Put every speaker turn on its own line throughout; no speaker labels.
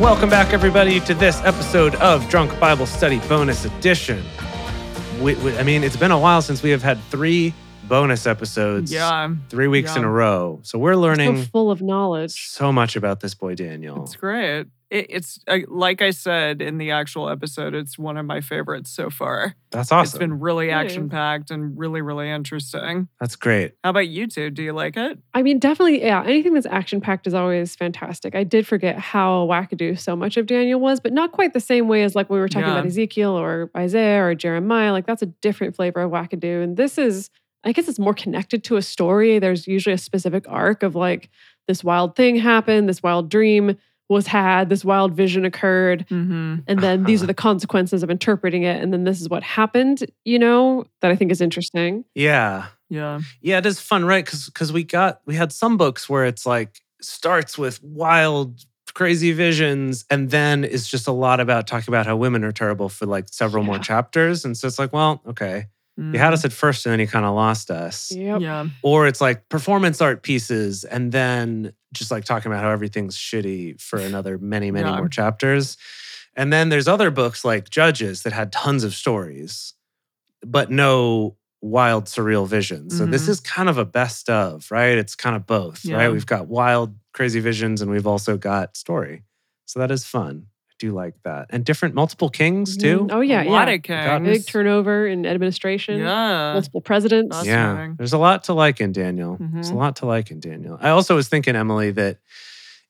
Welcome back, everybody, to this episode of Drunk Bible Study Bonus Edition. We, we- I mean, it's been a while since we have had three bonus episodes,
Yeah,
three weeks in
yeah.
a row. So we're
so
learning so,
full of knowledge.
much about this boy Daniel.
it's great. It, it's uh, like I said in the actual episode, it's one of my favorites so far.
That's
It's
awesome.
been really
Yeah.
action packed and really, really interesting.
That's great.
How about you two? Do you like it?
I mean, definitely, yeah. Anything that's action packed is always fantastic. I did forget how wackadoo so much of Daniel was, but not quite the same way as like when we were talking
Yeah.
about Ezekiel or Isaiah or Jeremiah. Like that's a different flavor of wackadoo, and this is, I guess, it's more connected to a story. There's usually a specific arc of like this wild thing happened, this wild dream was had, this wild vision occurred,
Mm-hmm.
and then these are
Uh-huh.
the consequences of interpreting it, and then this is what happened. You know that I think is interesting.
Yeah.
Yeah.
Yeah, it is fun, right? Because because we got we had some books where it's like starts with wild, crazy visions, and then it's just a lot about talking about how women are terrible for like several more
Yeah.
chapters, and so it's like, well, okay, you
Mhm.
had us at first, and then you kind of lost us.
Yep.
Yeah.
Or it's like performance art pieces, and then just like talking about how everything's shitty for another many many
Yeah.
more chapters, and then there's other books like Judges that had tons of stories, but no wild surreal visions. So this
Mhm.
is kind of a best of, right? It's kind of both,
Yeah.
right? We've got wild crazy visions and we've also got story. So that is fun. I do like that. And different multiple
Mm-hmm.
kings too.
Mhm. Oh yeah,
A lot
yeah.
of
Got
kings.
Big turnover in administration.
Yeah.
Multiple presidents.
That's
yeah.
fascinating.
There's a lot to like in Daniel. There's a
Mhm.
lot to like in Daniel. I also was thinking Emily that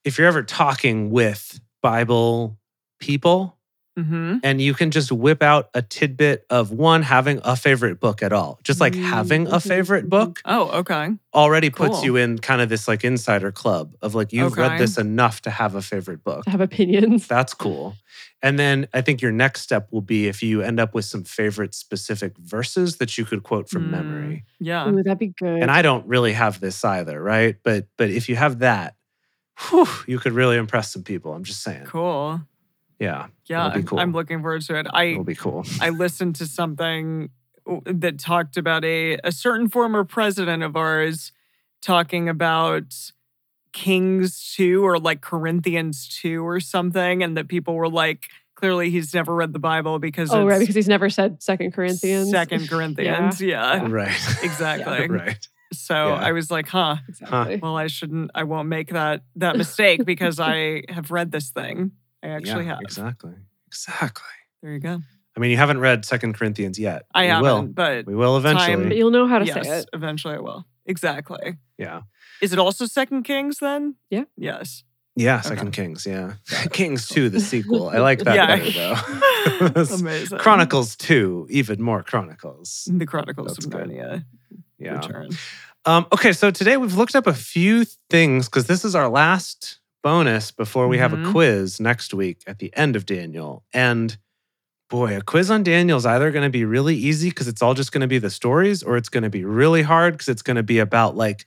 if you're ever talking with Bible people,
Mm-hmm.
and you can just whip out a tidbit of one having a favorite book at all. Just like
Mm,
having a
mhm,
favorite
mhm.
book
Oh, okay.
already puts
Mm-hmm. Cool.
you in kind of this like insider club of like you've read
Okay.
this enough to have a favorite book.
To have opinions.
That's cool. And then I think your next step will be if you end up with some favorite specific verses that you could quote from
Mm.
memory.
Yeah.
Ooh, that'd be good.
And I don't really have this either, right? But but if you have that, whew, you could really impress some people. I'm just saying.
Cool.
Yeah,
Yeah.
That'll be cool.
I'm looking forward to it. I
it'll be cool.
I listened to something w- that talked about a, a certain former president of ours talking about Kings 2 or like Corinthians 2 or something, and that people were like, clearly he's never read the Bible because
oh,
it's
right, because he's never said Second Corinthians.
Second Corinthians. yeah.
Right.
Exactly.
right.
So
Yeah.
I was like, huh,
Exactly.
well, I shouldn't, I won't make that that mistake because I have read this thing. I actually
Yeah,
have.
Exactly. Exactly.
There you go.
I mean, you haven't read Second Corinthians yet.
I
we
haven't,
will.
but
We will
Time-
But
eventually.
you'll know how to
yes,
say it.
eventually I will. Exactly.
Yeah.
Is it also Second Kings then?
Yeah.
Yes.
Yeah. Second Kings. Yeah. Kings 2, the sequel. I like that
Yeah.
better, though.
Amazing.
Chronicles 2, even more Chronicles.
The Chronicles
That's
of
good.
Narnia
Yeah.
return.
Um, okay. So today we've looked up a few things because this is our last bonus before we have a
Mhm.
quiz next week at the end of Daniel. And boy, a quiz on Daniel is either going to be really easy because it's all just going to be the stories, or it's going to be really hard because it's going to be about like,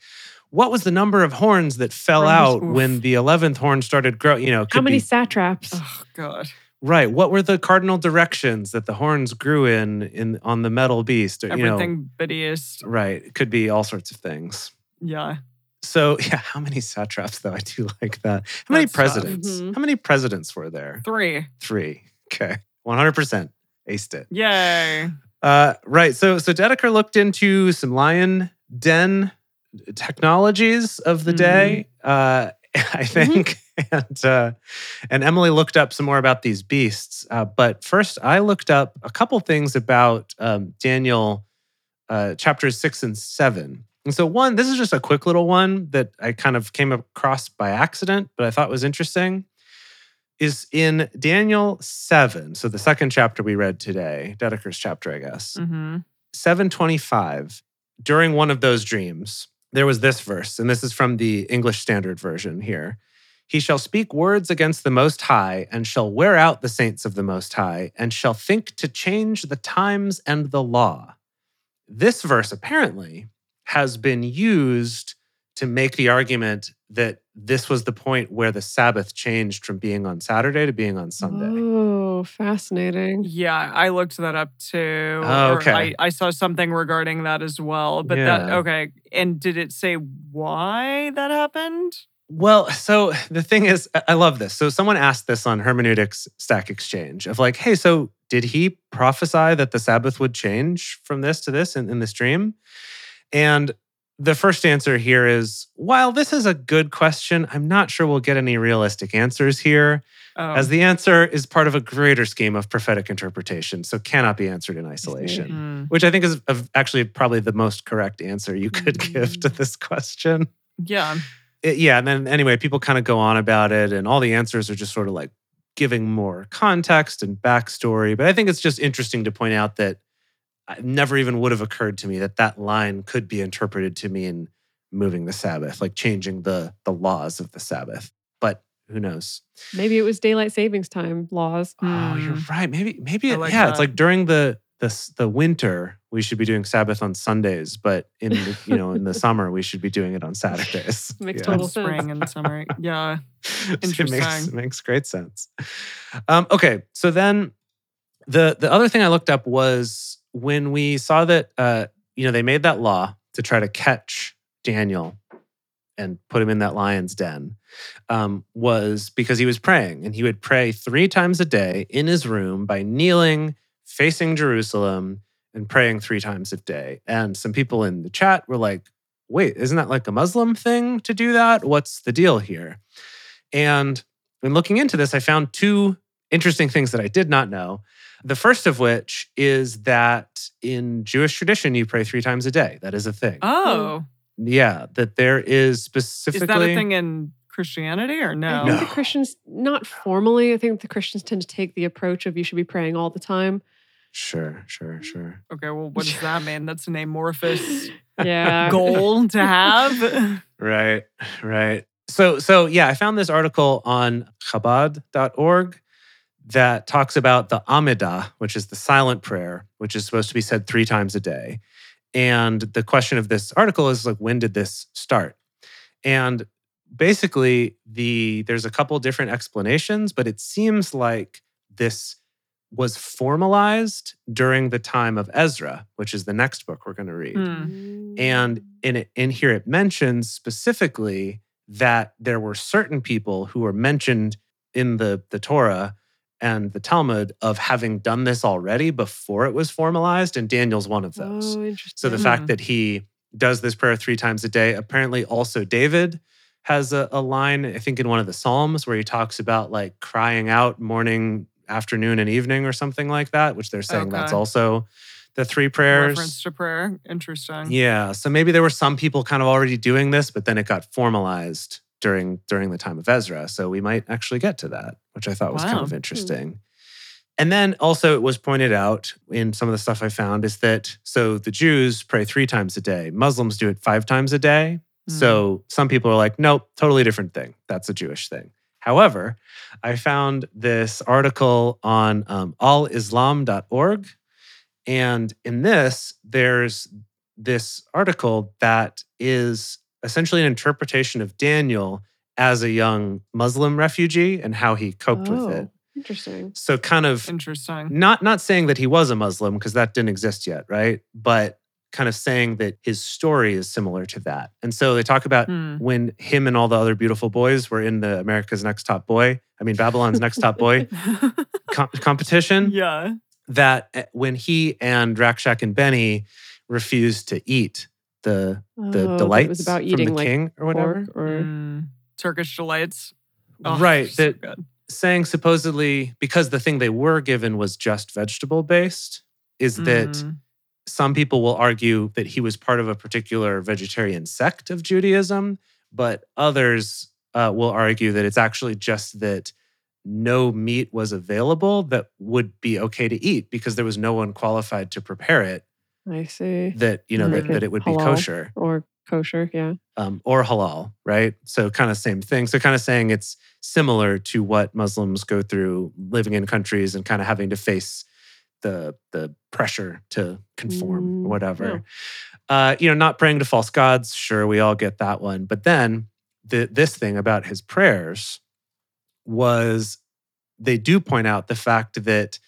what was the number of horns that fell out
Horns, oof.
when the 11th horn started growing? You know, it
How
could
many
be-
satraps?
Oh God.
right. What were the cardinal directions that the horns grew in in on the metal beast? Or, you know,
Everything but east.
right. It could be all sorts of things.
Yeah.
So yeah, how many satraps though? I do like that. How many
That's tough.
presidents?
Mhm.
How many presidents were there?
Three.
Three. Okay, one hundred percent aced it.
Yay.
Uh, right. So so Dedeker looked into some lion den technologies of the day. Uh, I think, and uh, and Emily looked up some more about these beasts. Uh, but first, I looked up a couple things about um, Daniel uh, chapters six and seven. And so one, this is just a quick little one that I kind of came across by accident, but I thought was interesting is in Daniel 7. So the second chapter we read today, Dedeker's chapter, I guess.
Mm-hmm.
725. During one of those dreams, there was this verse, and this is from the English Standard Version here. He shall speak words against the Most High, and shall wear out the saints of the Most High, and shall think to change the times and the law. This verse apparently has been used to make the argument that this was the point where the Sabbath changed from being on Saturday to being on Sunday.
Oh, fascinating.
Yeah, I looked that up too.
Oh,
or
okay.
I, I saw something regarding that as well. But that
Yeah.
okay. And did it say why that happened?
Well, so the thing is, I- I love this. So someone asked this on hermeneutics stack exchange of like, hey, so did he prophesy that the Sabbath would change from this to this in, in this dream? And the first answer here is while this is a good question, I'm not sure we'll get any realistic answers here,
Oh,
as the answer is part of a greater scheme of prophetic interpretation, so cannot be answered in isolation,
mm.
which I think is of- actually probably the most correct answer you could give to this question
yeah.
it- yeah and then anyway people kind of go on about it and all the answers are just sort of like giving more context and backstory but i think it's just interesting to point out that it never even would have occurred to me that that line could be interpreted to mean moving the sabbath like changing the the laws of the sabbath but who knows
Maybe it was daylight savings time laws.
oh you're right maybe maybe
I
it-
like
yeah it's
that.
like during the the, s- the winter we should be doing sabbath on sundays but in the, you know in the summer we should be doing it on saturdays
Makes
Yeah.
total
And spring and summer. Yeah.
So It makes,
Interesting.
makes great sense. Um, okay, so then the the other thing I looked up was when we saw that uh, you know they made that law to try to catch Daniel and put him in that lion's den um, was because he was praying and he would pray three times a day in his room by kneeling facing Jerusalem and praying three times a day. And some people in the chat were like, wait, isn't that like a Muslim thing to do that? What's the deal here? And when looking into this, I found two interesting things that I did not know. The first of which is that in Jewish tradition, you pray three times a day. That is a thing.
Oh,
yeah, that there is
is
specifically.
that a thing in Christianity or no?
I think
No.
the Christians, not formally, I think the Christians tend to take the approach of you should be praying all the time.
Sure, sure, sure.
Okay, well, what does that mean? That's an amorphous
Yeah.
goal to have.
Right, right. So, so yeah, I found this article on Chabad.org that talks about the Amidah, which is the silent prayer, which is supposed to be said three times a day. And the question of this article is like, when did this start? And basically, the there's a couple different explanations, but it seems like this was formalized during the time of Ezra, which is the next book we're going to read.
Hmm.
Mm.
And in it, in here, it mentions specifically that there were certain people who were mentioned in the the Torah and the Talmud of having done this already before it was formalized, and Daniel's one of those.
Oh, interesting.
So the
Mhm.
fact that he does this prayer three times a day, apparently also David has a, a line, I think in one of the Psalms where he talks about like crying out morning, afternoon, and evening or something like that, which they're saying that's
Okay.
also the three prayers.
Reference to prayer. Interesting.
Yeah. So maybe there were some people kind of already doing this, but then it got formalized during during the time of Ezra. So we might actually get to that, which I thought was kind
Wow.
of interesting. And then also it was pointed out in some of the stuff I found is that so the Jews pray three times a day, Muslims do it five times a day.
Hmm.
So some people are like, nope, totally different thing. That's a Jewish thing. However, I found this article on um, allislam.org. And in this, there's this article that is essentially an interpretation of Daniel as a young Muslim refugee and how he coped with it.
Oh, Interesting.
So, kind of
interesting.
not not saying that he was a Muslim because that didn't exist yet, right? But kind of saying that his story is similar to that. And so they talk about
Hmm.
Mm-hmm.
when him and all the other beautiful boys were in the America's Next Top Boy, I mean Babylon's Next Top Boy com- competition,
Hmm. yeah.
that uh, when he and Rakshak and Benny refused to eat the the
oh, that
delights
It was about
from
eating
the
like
king or whatever, Mm.
pork or
Hmm. Turkish delights. Oh,
right?
so
That
good.
saying supposedly because the thing they were given was just vegetable based, is
Mm.
that
Mhm.
some people will argue that he was part of a particular vegetarian sect of Judaism, but others uh, will argue that it's actually just that no meat was available that would be okay to eat because there was no one qualified to prepare it
I see.
that you know that,
Make it
that it would be
halal.
kosher
Or kosher, yeah.
um, or halal right so kind of same thing so kind of saying it's similar to what muslims go through living in countries and kind of having to face the the pressure to conform
Mm,
or whatever uh, you know, not praying to false gods. Sure, we all get that one. But then the, this thing about his prayers was they do point out the fact that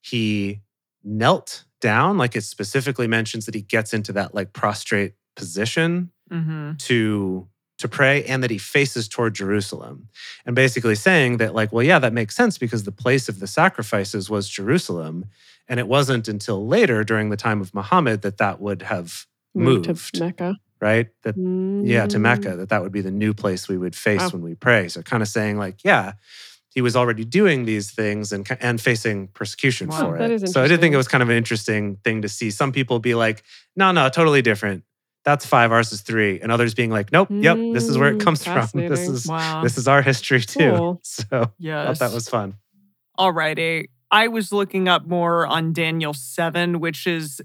he knelt down, like it specifically mentions that he gets into that like prostrate position
Mhm.
to to pray and that he faces toward Jerusalem. And basically saying that, like, well, yeah, that makes sense because the place of the sacrifices was Jerusalem. And it wasn't until later during the time of Muhammad that that would have moved,
to Mecca.
right? That, yeah, to
Mm.
Mecca, that that would be the new place we would face
Wow.
when we pray. So kind of saying, like, yeah. He was already doing these things and ki- and facing persecution
Wow.
for
That
it.
is
so I did think
interesting.
it was kind of an interesting thing to see. Some people be like, "No, no, totally different. That's five. Ours is three. And others being like, "Nope, yep, this is where it
Mm,
comes from. This
fascinating.
is
Wow.
this is our history too."
Cool.
So I
yes.
thought that was fun.
Alrighty. I was looking up more on Daniel 7, which is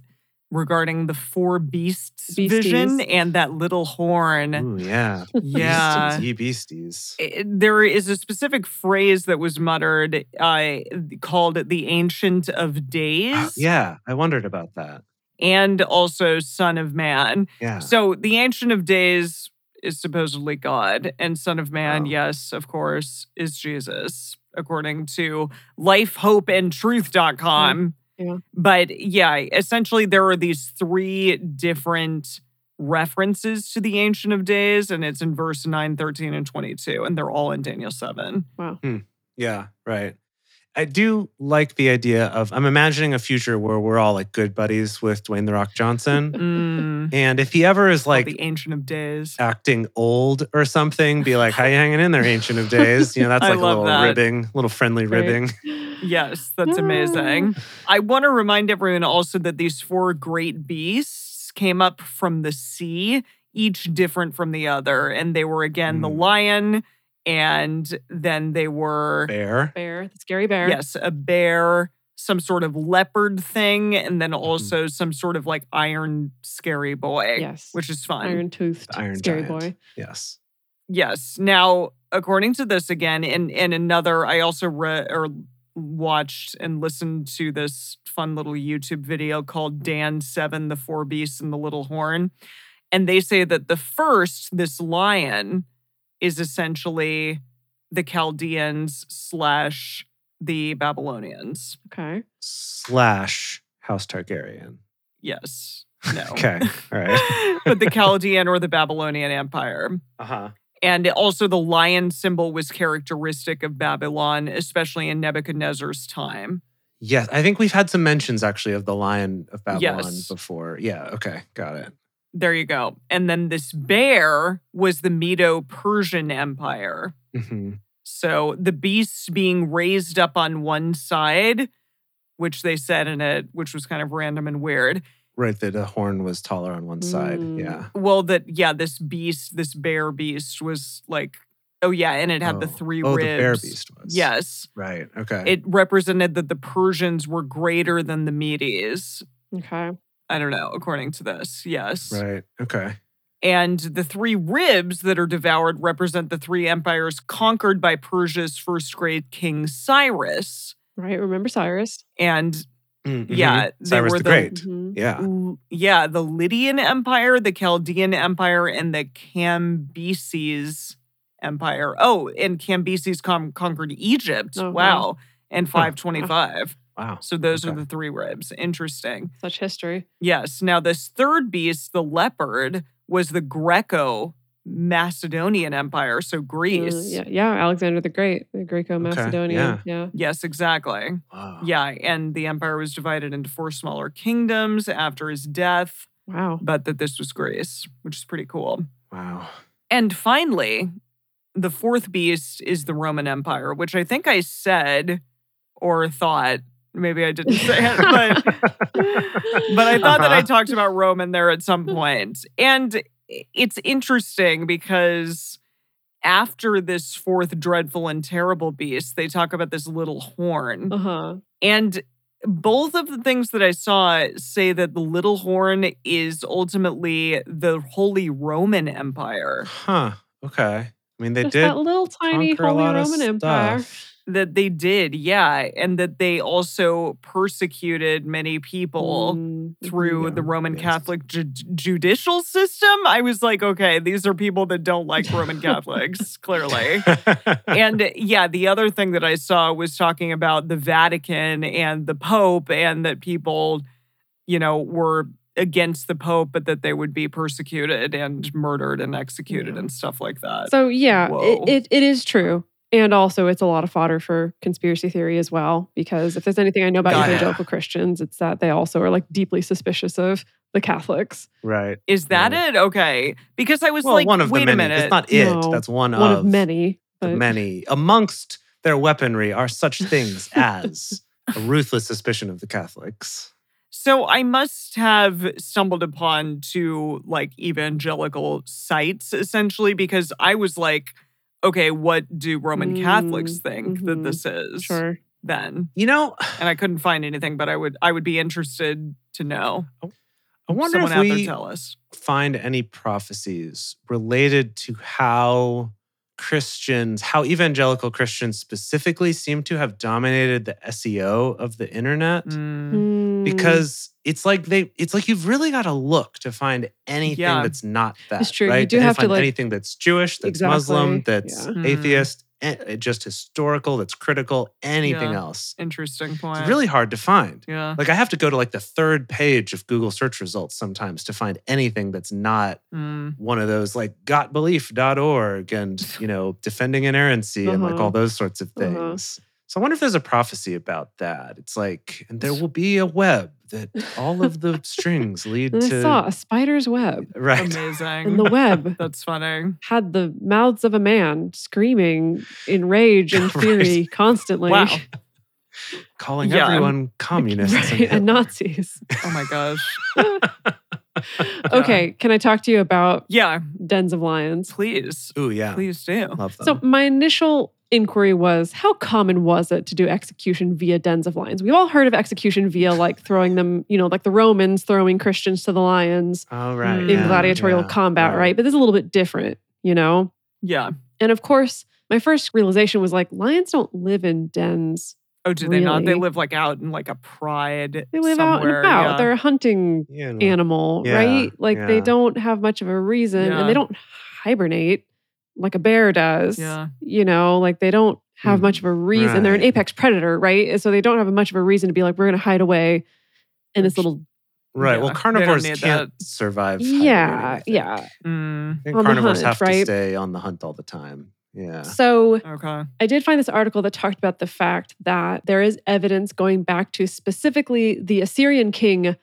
regarding the four beasts
Beasties.
vision and that little horn.
Ooh, yeah,
Yeah.
beasties, ye beasties.
it- eh, there is a specific phrase that was muttered uh, called the Ancient of Days
Uh, Yeah, I wondered about that.
and also Son of Man.
Yeah,
So the Ancient of Days is supposedly God, and Son of Man,
Wow.
yes, of course, is Jesus, according to lifehopeandtruth.com.
Mm,
Yeah.
But yeah, essentially, there are these three different references to the Ancient of Days, and it's in verse 9, 13, and 22, and they're all in Daniel 7.
Wow.
yeah, right. I do like the idea of. I'm imagining a future where we're all like good buddies with Dwayne the Rock Johnson,
Mm,
and if he ever is
like
like
the Ancient of Days.
acting old or something, be like, "How you hanging in there, Ancient of Days?" You know, that's
I
like a
love
little
that.
ribbing, little friendly
Right.
ribbing.
Yes, that's
Ah.
amazing. I want to remind everyone also that these four great beasts came up from the sea, each different from the other. And they were again the
Mm.
lion, and then they were,
Bear.
Bear, the scary bear.
yes, a bear, some sort of leopard thing, and
Mm-hmm.
then also some sort of like iron scary boy,
Yes.
which is fun.
Iron toothed
Iron
scary
giant.
boy.
Yes.
Yes. Now, according to this again, and and another, I also re- or watched and listened to this fun little YouTube video called Dan Seven: The Four Beasts and the Little Horn, and they say that the first, this lion, is essentially the Chaldeans slash the Babylonians.
Okay.
Slash House Targaryen.
Yes. No.
Okay. All right.
but the Chaldean or the Babylonian Empire.
Uh
Uh-huh.
huh.
And also, the lion symbol was characteristic of Babylon, especially in Nebuchadnezzar's time.
Yes, I think we've had some mentions actually of the Lion of Babylon
Yes.
before. Yeah. Okay. Got it.
There you go. And then this bear was the Medo Persian Empire.
hmm
So the beasts being raised up on one side, which they said in it, which was kind of random and weird.
Right. That the horn was taller on one side.
Mm.
Yeah.
Well, that, yeah, this beast, this bear beast was like, oh, yeah, and it had the
Oh.
three
Oh,
ribs.
the bear beast was.
Yes.
Right. Okay.
It represented that the Persians were greater than the Medes.
Okay.
I don't know, according to this. Yes.
right. Okay.
And the three ribs that are devoured represent the three empires conquered by Persia's first great king Cyrus.
Right. Remember Cyrus?
And
Mm,
Mm-hmm.
mhm.
yeah, they
Cyrus
were
the
the-
Great. Ah.
Mhm.
Yeah.
l- yeah, the Lydian Empire, the Chaldean Empire, and the Cambyses Empire. Oh, and Cambyses con- conquered Egypt.
Oh, wow.
wow. And 525.
Wow.
So those are
Okay.
the three ribs. Interesting.
Such history.
Yes. Now, this third beast, the leopard, was the Greco Macedonian Empire, so
Uh,
Greece.
yeah, yeah, Alexander the Great, the Greco Macedonian.
yeah.
Yeah.
Yes, exactly.
Wow.
Yeah. And the empire was divided into four smaller kingdoms after his death,
Wow.
but that this was Greece, which is pretty cool.
Wow.
And finally, the fourth beast is the Roman Empire, which I think I said or thought. Maybe I didn't say it, but but I thought that I
Uh-huh.
talked about Roman there at some point. And it's interesting because after this fourth dreadful and terrible beast, they talk about this little horn.
Uh huh.
And both of the things that I saw say that the little horn is ultimately the Holy Roman Empire,
Huh. Okay. I mean, they
Just
did
that little tiny
conquer a
Holy
lot of
Roman Empire.
stuff.
that they did, yeah, and that they also persecuted many people.
Mm,
through
Mm-hmm, Yeah,
the Roman
yes.
Catholic ju- judicial system. I was like, okay, these are people that don't like Roman Catholics, clearly. And uh, yeah, the other thing that I saw was talking about the Vatican and the Pope, and that people, you know, were against the Pope, but that they would be persecuted and murdered and executed
Yeah.
and stuff like that.
So yeah,
Whoa.
it, it, it is true. And also it's a lot of fodder for conspiracy theory as well, because if there's anything I know about
Got
it.
evangelical Christians, it's that they also are like deeply suspicious of the Catholics.
Right.
Is that
Yeah.
it? Okay. Because I was
well,
like,
one of
wait
the many.
a minute.
It's not it.
No.
That's one,
One of many.
the
but-
many. Amongst their weaponry are such things as a ruthless suspicion of the Catholics.
So I must have stumbled upon two like evangelical sites essentially because I was like, okay, what do Roman
Mm,
Catholics think that
mhm,
this is
Sure.
then?
You know,
And I couldn't find anything, but I would I would be interested to know.
I wonder
Someone
if
out there
we
tell us.
find any prophecies related to how Christians, how evangelical Christians specifically seem to have dominated the SEO of the internet
Mm,
Mm.
because it's like they it's like you've really got to look to find anything
Yeah.
that's not that.
It's true. You
Right?
do
You
have to,
find
like-
anything that's Jewish, that's
Exactly.
Muslim, that's
Yeah.
Mm.
atheist, eh, just historical, that's critical, anything
Yeah.
else.
interesting point.
It's really hard to find.
Yeah.
Like I have to go to like the third page of Google search results sometimes to find anything that's not
Mm.
one of those like gotbelief.org and you know defending inerrancy and like
Uh-huh.
all those sorts of
Uh-huh.
things. So I wonder if there's a prophecy about that. It's like, and there will be a web that all of the strings lead
And Hmm. I
to
saw a spider's web.
right.
Amazing.
And the web
That's funny.
had the mouths of a man screaming in rage and
Right.
fury constantly.
Wow.
Calling
Yeah, I'm-
everyone communists and
Right, and
Hitler.
Nazis.
Oh my gosh.
Okay, can I talk to you about
Yeah,
dens of lions?
please.
Ooh, yeah.
Please do.
Love them.
So my initial inquiry was how common was it to do execution via dens of lions? We've all heard of execution via like throwing them, you know, like the Romans throwing Christians to the lions
all right.
Mm, in
yeah,
gladiatorial
yeah,
combat, right? But this is a little bit different, you know?
Yeah.
And of course, my first realization was like lions don't live in dens.
Oh, do they not? They
Really?
live like out in like a pride.
They live out and
somewhere,
about.
yeah.
They're a hunting
Yeah. no.
animal,
Yeah,
right? Like
yeah.
they don't have much of a reason
Yeah.
and they don't hibernate like a bear does.
Yeah.
You know, like they don't have much
Mm,
of a reason. They're an
right.
apex predator, right? And so they don't have much of a reason to be like, we're going to hide away in this
Which-
little.
Right.
Yeah, they
Well,
don't
carnivores
need
can't survive. hibernating, I
Yeah.
think.
Yeah.
Mm,
I think
on the
carnivores
hunt,
have to
right?
stay on the hunt all the time. Yeah.
So
okay.
I did find this article that talked about the fact that there is evidence going back to specifically the Assyrian king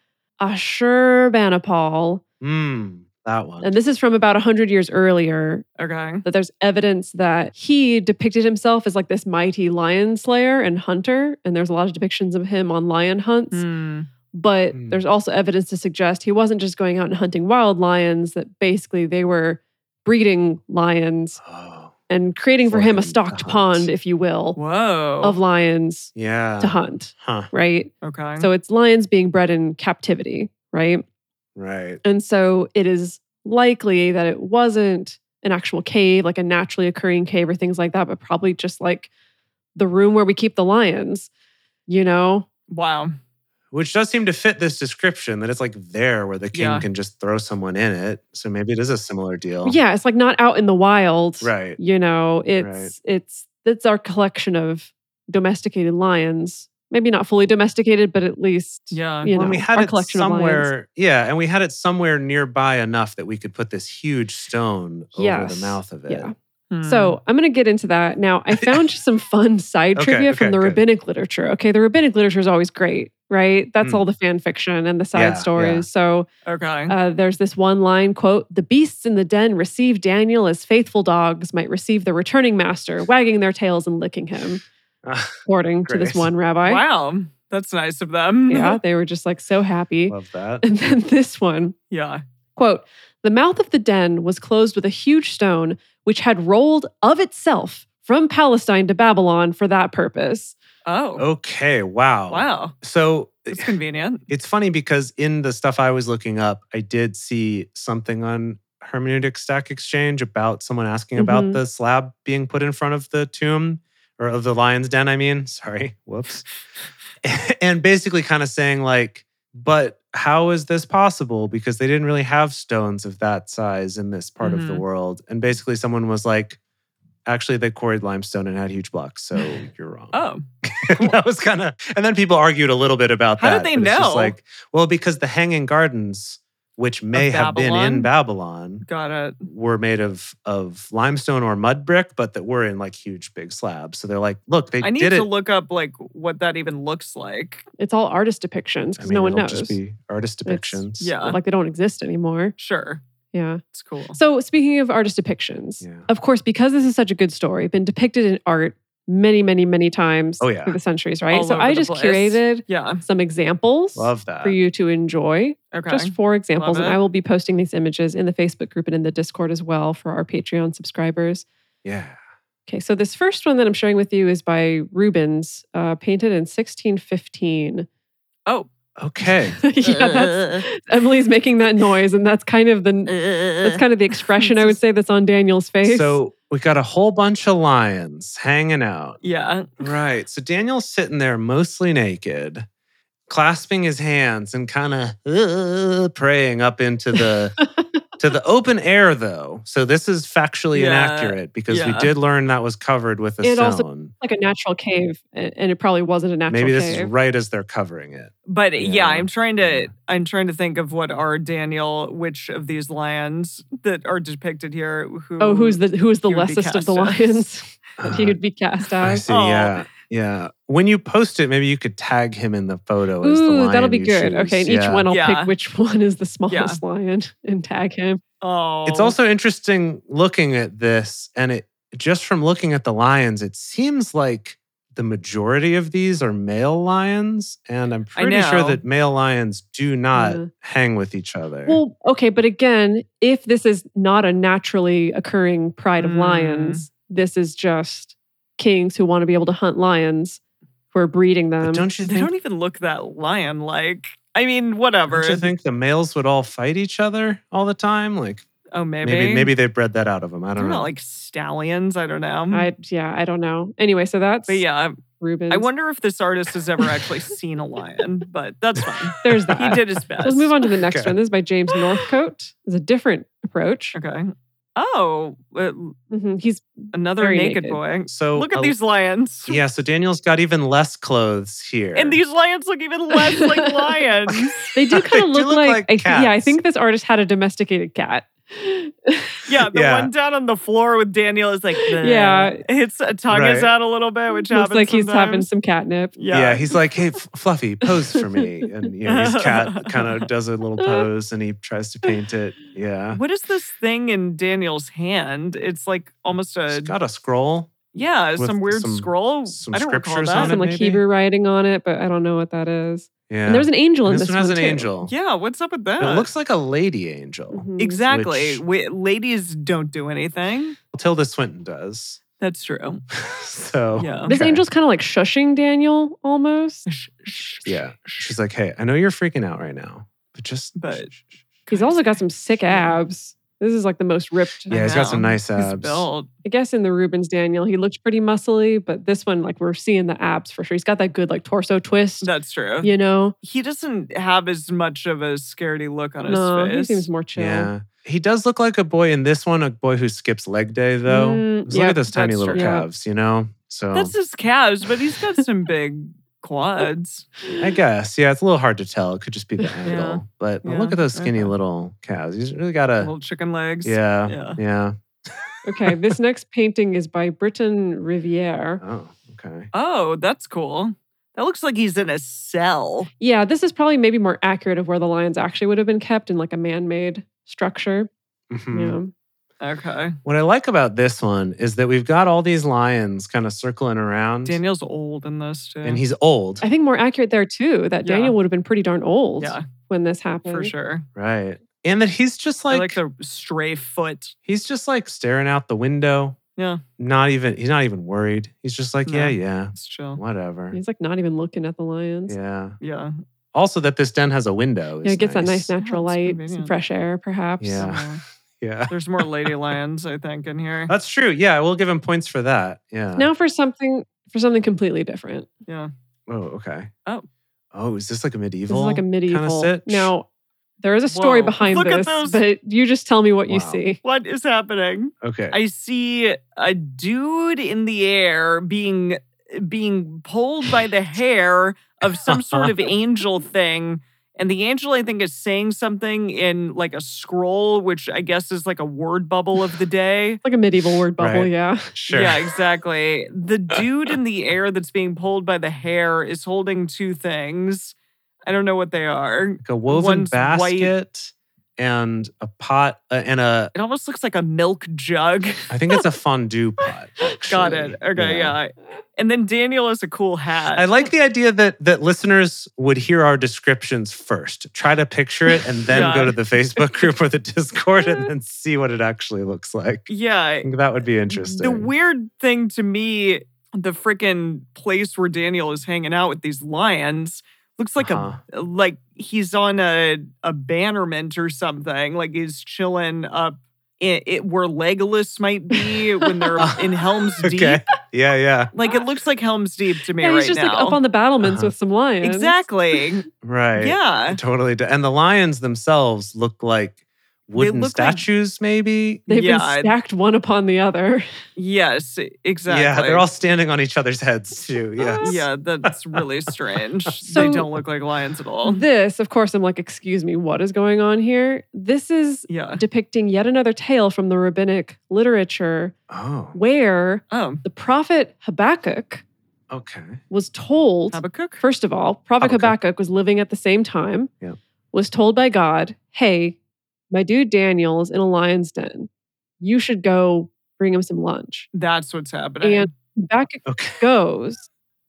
Ashurbanipal.
Mm, that one.
And this is from about 100 years earlier.
Okay.
that there's evidence that he depicted himself as like this mighty lion slayer and hunter. And there's a lot of depictions of him on lion hunts.
Mm,
But
Hmm.
there's also evidence to suggest he wasn't just going out and hunting wild lions, that basically they were breeding lions
oh,
and creating for,
For
him
him
a
to
stocked
hunt.
pond, if you will,
whoa.
of lions
yeah.
to hunt,
Huh.
right?
okay.
So it's lions being bred in captivity, right?
Right.
And so it is likely that it wasn't an actual cave, like a naturally occurring cave or things like that, but probably just like the room where we keep the lions, you know?
wow.
Which does seem to fit this description that it's like there where the king
Yeah.
can just throw someone in it. So maybe it is a similar deal.
Yeah, it's like not out in the wild.
Right.
You know, it's it's it's our collection of domesticated lions. Maybe not fully domesticated, but at least
Yeah.
you
Well,
know,
and we had
our
it
collection of lions.
somewhere, yeah, and we had it somewhere nearby enough that we could put this huge stone over
Yes.
the mouth of it.
Yeah.
Hmm.
So I'm going to get into that. Now, I found just some fun side
Okay,
trivia
okay,
from the
good.
rabbinic literature. Okay, the rabbinic literature is always great, right? That's
Hmm.
all the fan fiction and the side
Yeah, Mm-hmm.
stories.
yeah.
So
okay.
uh, there's this one line quote The beasts in the den receive Daniel as faithful dogs might receive their returning master, wagging their tails and licking him,
Ah,
according to this
Great.
one rabbi.
wow. That's nice of them.
Yeah, they were just like so happy.
love that.
And then this one
yeah.
Quote, the mouth of the den was closed with a huge stone, which had rolled of itself from Palestine to Babylon for that purpose.
Oh.
Okay, wow.
Wow.
So
That's convenient.
it's funny because in the stuff I was looking up, I did see something on hermeneutic stack exchange about someone asking about
Mhm.
the slab being put in front of the tomb or of the lion's den, I mean. Sorry. Whoops. and basically kind of saying like, but how is this possible? Because they didn't really have stones of that size in this part of the
Mhm.
world. And basically someone was like, actually they quarried limestone and had huge blocks. So you're wrong.
Oh.
and that was kind of, and then people argued a little bit about
How
that.
did they
but it's just
know?
Like, well, because the Hanging Gardens, which may have been in
Babylon?
Babylon,
Got it.
were made of of limestone or mud brick, but that were in like huge big slabs. So they're like, look, they
I need
did
to
it.
look up like what that even looks like.
It's all artist depictions
I
because
mean,
no one
it'll
knows.
Just be artist
It's-
depictions.
yeah.
Like they don't exist anymore.
Sure,
Yeah.
it's cool.
So speaking of artist depictions,
Yeah.
of course, because this is such a good story, been depicted in art many, many, many times
Oh, yeah.
through the centuries, right?
All
so
over
I
the
just
place.
curated
yeah.
some examples
Love that.
for you to enjoy.
Okay.
Just four examples.
Love
And
it.
I will be posting these images in the Facebook group and in the Discord as well for our Patreon subscribers.
Yeah.
Okay, so this first one that I'm sharing with you is by Rubens, uh, painted in 1615.
oh.
Okay.
yeah, that's, Emily's making that noise, and that's kind of the that's kind of the expression I would say that's on Daniel's face.
so we got a whole bunch of lions hanging out.
yeah.
Right. So Daniel's sitting there mostly naked, clasping his hands and kind of uh, praying up into the to the open air though. So this is factually
Yeah,
inaccurate because we
yeah.
did learn that was covered with a
It also-
stone.
like a natural cave, a- and it probably wasn't a natural
Maybe this is
cave.
right as they're covering it.
But yeah.
Yeah.
I'm trying to
Yeah.
I'm trying to think of what are Daniel, which of these lions that are depicted here? Who?
oh, who's the who is the
he would be
lessest of the
cast
lions that he
Uh,
would be cast
I
as?
see.
Oh.
Yeah. Yeah. When you post it, maybe you could tag him in the photo. as the
Ooh,
lion
that'll be
you
good.
choose.
Okay, and each
Yeah.
one I'll
Yeah.
pick which one is the smallest lion and tag him.
Oh,
It's also interesting looking at this, and it just from looking at the lions, it seems like the majority of these are male lions, and I'm
I
pretty sure
know. Mm.
that male lions do not
Yeah.
hang with each other.
Well, okay, but again, if this is not a naturally occurring pride of
Mm.
lions, this is just kings who want to be able to hunt lions who are breeding
But
them.
don't you
um, they
think?
don't even look that lion like. I mean, whatever.
Don't you think the males would all fight each other all the time? Like
oh, maybe
maybe maybe they bred that out of them. I
they're
don't know.
not like stallions. I don't know.
I yeah, I don't know. Anyway, so that's
but yeah,
Rubens.
I wonder if this artist has ever actually seen a lion. But that's fine.
There's
He
that.
did his best.
Let's move on to the next
Okay.
one. This is by James Northcote. It's a different approach.
Okay. Oh, uh,
Mhm, He's
another
Very
naked,
naked.
boy.
so
Look at
a-
these lions.
Yeah, so Daniel's got even less clothes here.
And these lions look even less like lions.
they do
They
kind of
do
look,
look
like,
like
I th- yeah. I
cats.
think this artist had a domesticated cat.
Yeah, the
Yeah.
one down on the floor with Daniel is like, "Bleh."
Yeah.
his tongue is
Right.
out a little bit, which
Looks
happens.
like he's having
sometimes.
some catnip.
Yeah.
Yeah,
he's like, "Hey, F- Fluffy, pose for me," and you know, his cat kind of does a little pose, and he tries to paint it. Yeah,
What is this thing in Daniel's hand? It's like almost
He's
a
got a scroll.
yeah,
with
some weird
some-
scroll.
some
I don't recall
scriptures
that.
on it.
Some like
maybe?
Hebrew writing on it, but I don't know what that is.
Yeah,
And there's an angel in this,
this one has an
too.
angel.
Yeah, what's up with that?
It looks like a lady angel.
Mhm.
exactly.
Which-
We, ladies don't do anything.
Tilda Swinton does.
That's true.
so
Yeah.
This
Okay.
angel's kind of like shushing Daniel almost.
yeah, she's like, "Hey, I know you're freaking out right now, but just
But-
He's also got some sick
Yeah.
abs. This is like the most ripped.
Yeah, he's got some
know.
nice
He's
abs.
built.
I guess in the Rubens Daniel, he looked pretty muscly, but this one, like we're seeing the abs for sure. He's got that good like torso twist,
That's true.
you know.
He doesn't have as much of a scaredy look on his
No, he
face.
seems more chill.
yeah." He does look like a boy in this one, a boy who skips leg day though.
Mm,
'Cause
yeah,
look at those tiny
that's
little
true. Yeah.
calves, you know. So
That's his calves, but he's got some big quads.
I guess. Yeah, it's a little hard to tell. It could just be the
Yeah.
angle. But
Yeah.
look at those skinny
Okay.
little cows. He's really got a
Little chicken legs.
yeah, yeah.
Yeah.
Okay, this next painting is by Britton Riviere.
Oh, okay.
Oh, that's cool. That looks like he's in a cell.
Yeah, this is probably maybe more accurate of where the lions actually would have been kept in like a man-made structure.
Hmm.
Mhm.
Yeah.
Okay.
What I like about this one is that we've got all these lions kind of circling around,
Daniel's old in this too.
and he's old,
I think more accurate there too that
Yeah.
Daniel would have been pretty darn old
yeah,
when this happened.
for sure.
right? And that he's just
I
like,
like the stray foot.
he's just like staring out the window.
Yeah.
Not even he's not even worried. He's just like, yeah,
No.
yeah,
It's chill.
whatever.
He's like not even looking at the lions. Yeah,
Yeah.
Yeah.
Also, that this den has a window.
it
is
gets that nice natural
That's
light, some
convenient.
fresh air, perhaps.
Yeah.
Uh,
Yeah.
There's more lady lions, I think, in here.
That's true. Yeah, we'll give him points for that. Yeah.
Now for something for something completely different.
Yeah.
Oh, okay.
Oh.
Oh, is this like a
this
medieval?
is like a medieval.
sitch?
Now there is a story
Whoa,
behind
look at
this,
those-
but you just tell me what you
Wow.
see.
What is happening?
Okay.
I see a dude in the air being being pulled by the hair of some sort of angel thing. And the angel, I think, is saying something in like a scroll, which I guess is like a word bubble of the day.
like a medieval word bubble.
Right.
Yeah.
Sure.
Yeah, exactly. The dude in the air that's being pulled by the hair is holding two things. I don't know what they are.
Like a woven
One's white.
basket and a pot uh, and a.
It almost looks like a milk jug.
I think it's a fondue pot.
Got
actually.
it. Okay, yeah. And then Daniel has a cool hat.
I like the idea that that listeners would hear our descriptions first, try to picture it, and then go
Yeah.
to the Facebook group or the Discord and then see what it actually looks like.
Yeah,
I think that would be interesting.
The weird thing to me, the freaking place where Daniel is hanging out with these lions looks like
Uh-huh.
a like he's on a a bannerment or something. Like he's chilling up it, it where Legolas might be when they're in Helm's Deep.
Okay. Yeah, yeah.
Like it looks like Helm's Deep to me
yeah,
right
he's just
now.
like up on the battlements
Uh-huh.
with some lions.
exactly.
Right.
Yeah.
Totally. do- And the lions themselves look like wooden
look like-
statues, maybe.
They've
Yeah.
been stacked one upon the other.
Yes. e, Exactly.
Yeah, they're all standing on each other's heads too. Yes.
Yeah, that's really strange. they
So-
don't look like lions at all.
This, of course, I'm like, excuse me, what is going on here? This is
yeah.
depicting yet another tale from the rabbinic literature
Oh,
where
Oh,
the prophet Habakkuk
okay.
was told,
Habakkuk.
first of all, prophet
Habakkuk.
Habakkuk, was living at the same time,
Yeah.
was told by God, hey, my dude Daniel is in a lion's den. You should go bring him some lunch.
That's what's happening.
And Habakkuk
Okay.
goes,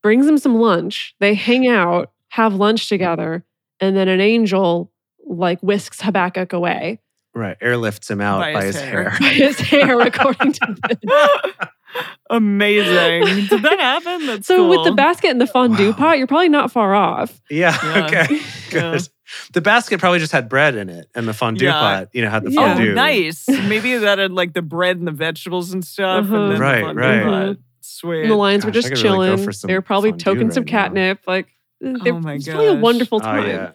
brings him some lunch. They hang out, have lunch together, and then an angel like whisks Habakkuk away
Right. Airlifts him out by, his, hair.
by his hair, according to this.
Amazing. Did that happen? That's
So with the
cool.
basket and the fondue
Wow.
pot, you're probably not far off.
Yeah.
Yeah.
Okay. Good.
Yeah.
The basket probably just had bread in it, and the fondue
Yeah.
pot, you know, had the
Yeah.
Oh,
fondue.
nice. Maybe that had like the bread and the vegetables and stuff.
Uh-huh. Mm-hmm.
And then
Right,
the fondue
right.
pot.
And the
Sweet.
lions were
Gosh, I
just
could really go
chilling.
for some
they were probably
fondue
toking some
right now.
catnip. Like, they're,
Oh my
it's really a
gosh.
wonderful
Oh
time.
yeah. Yeah. It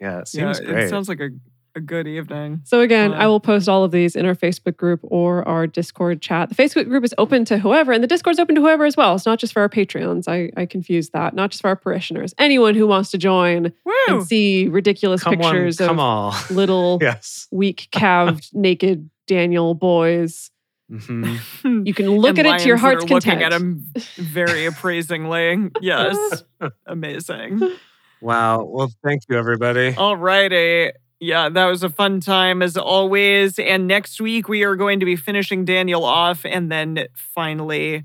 Yeah,
seems great.
it sounds like a, a good evening.
So again, I
Wow.
will post all of these in our Facebook group or our Discord chat. The Facebook group is open to whoever, and the Discord's open to whoever as well. It's not just for our Patreons. I, I confuse that. Not just for our parishioners. Anyone who wants to join
Woo!
and see ridiculous
come on,
pictures
come
of
all.
little
yes.
weak calved, naked Daniel boys.
Mhm.
You can look
And
at it to your
lions that
heart's
are
content.
Looking at him very appraisingly. Yes. Amazing.
Wow. Well, thank you, everybody.
All righty. Yeah, that was a fun time as always. And next week we are going to be finishing Daniel off and then finally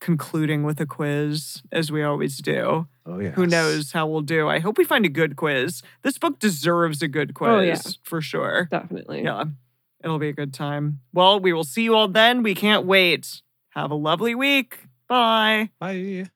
concluding with a quiz as we always do.
Oh yeah.
Who knows how we'll do? I hope we find a good quiz. This book deserves a good quiz
Oh, yeah.
for sure.
Definitely.
Yeah, it'll be a good time. Well, we will see you all then. We can't wait. Have a lovely week. Bye.
Bye.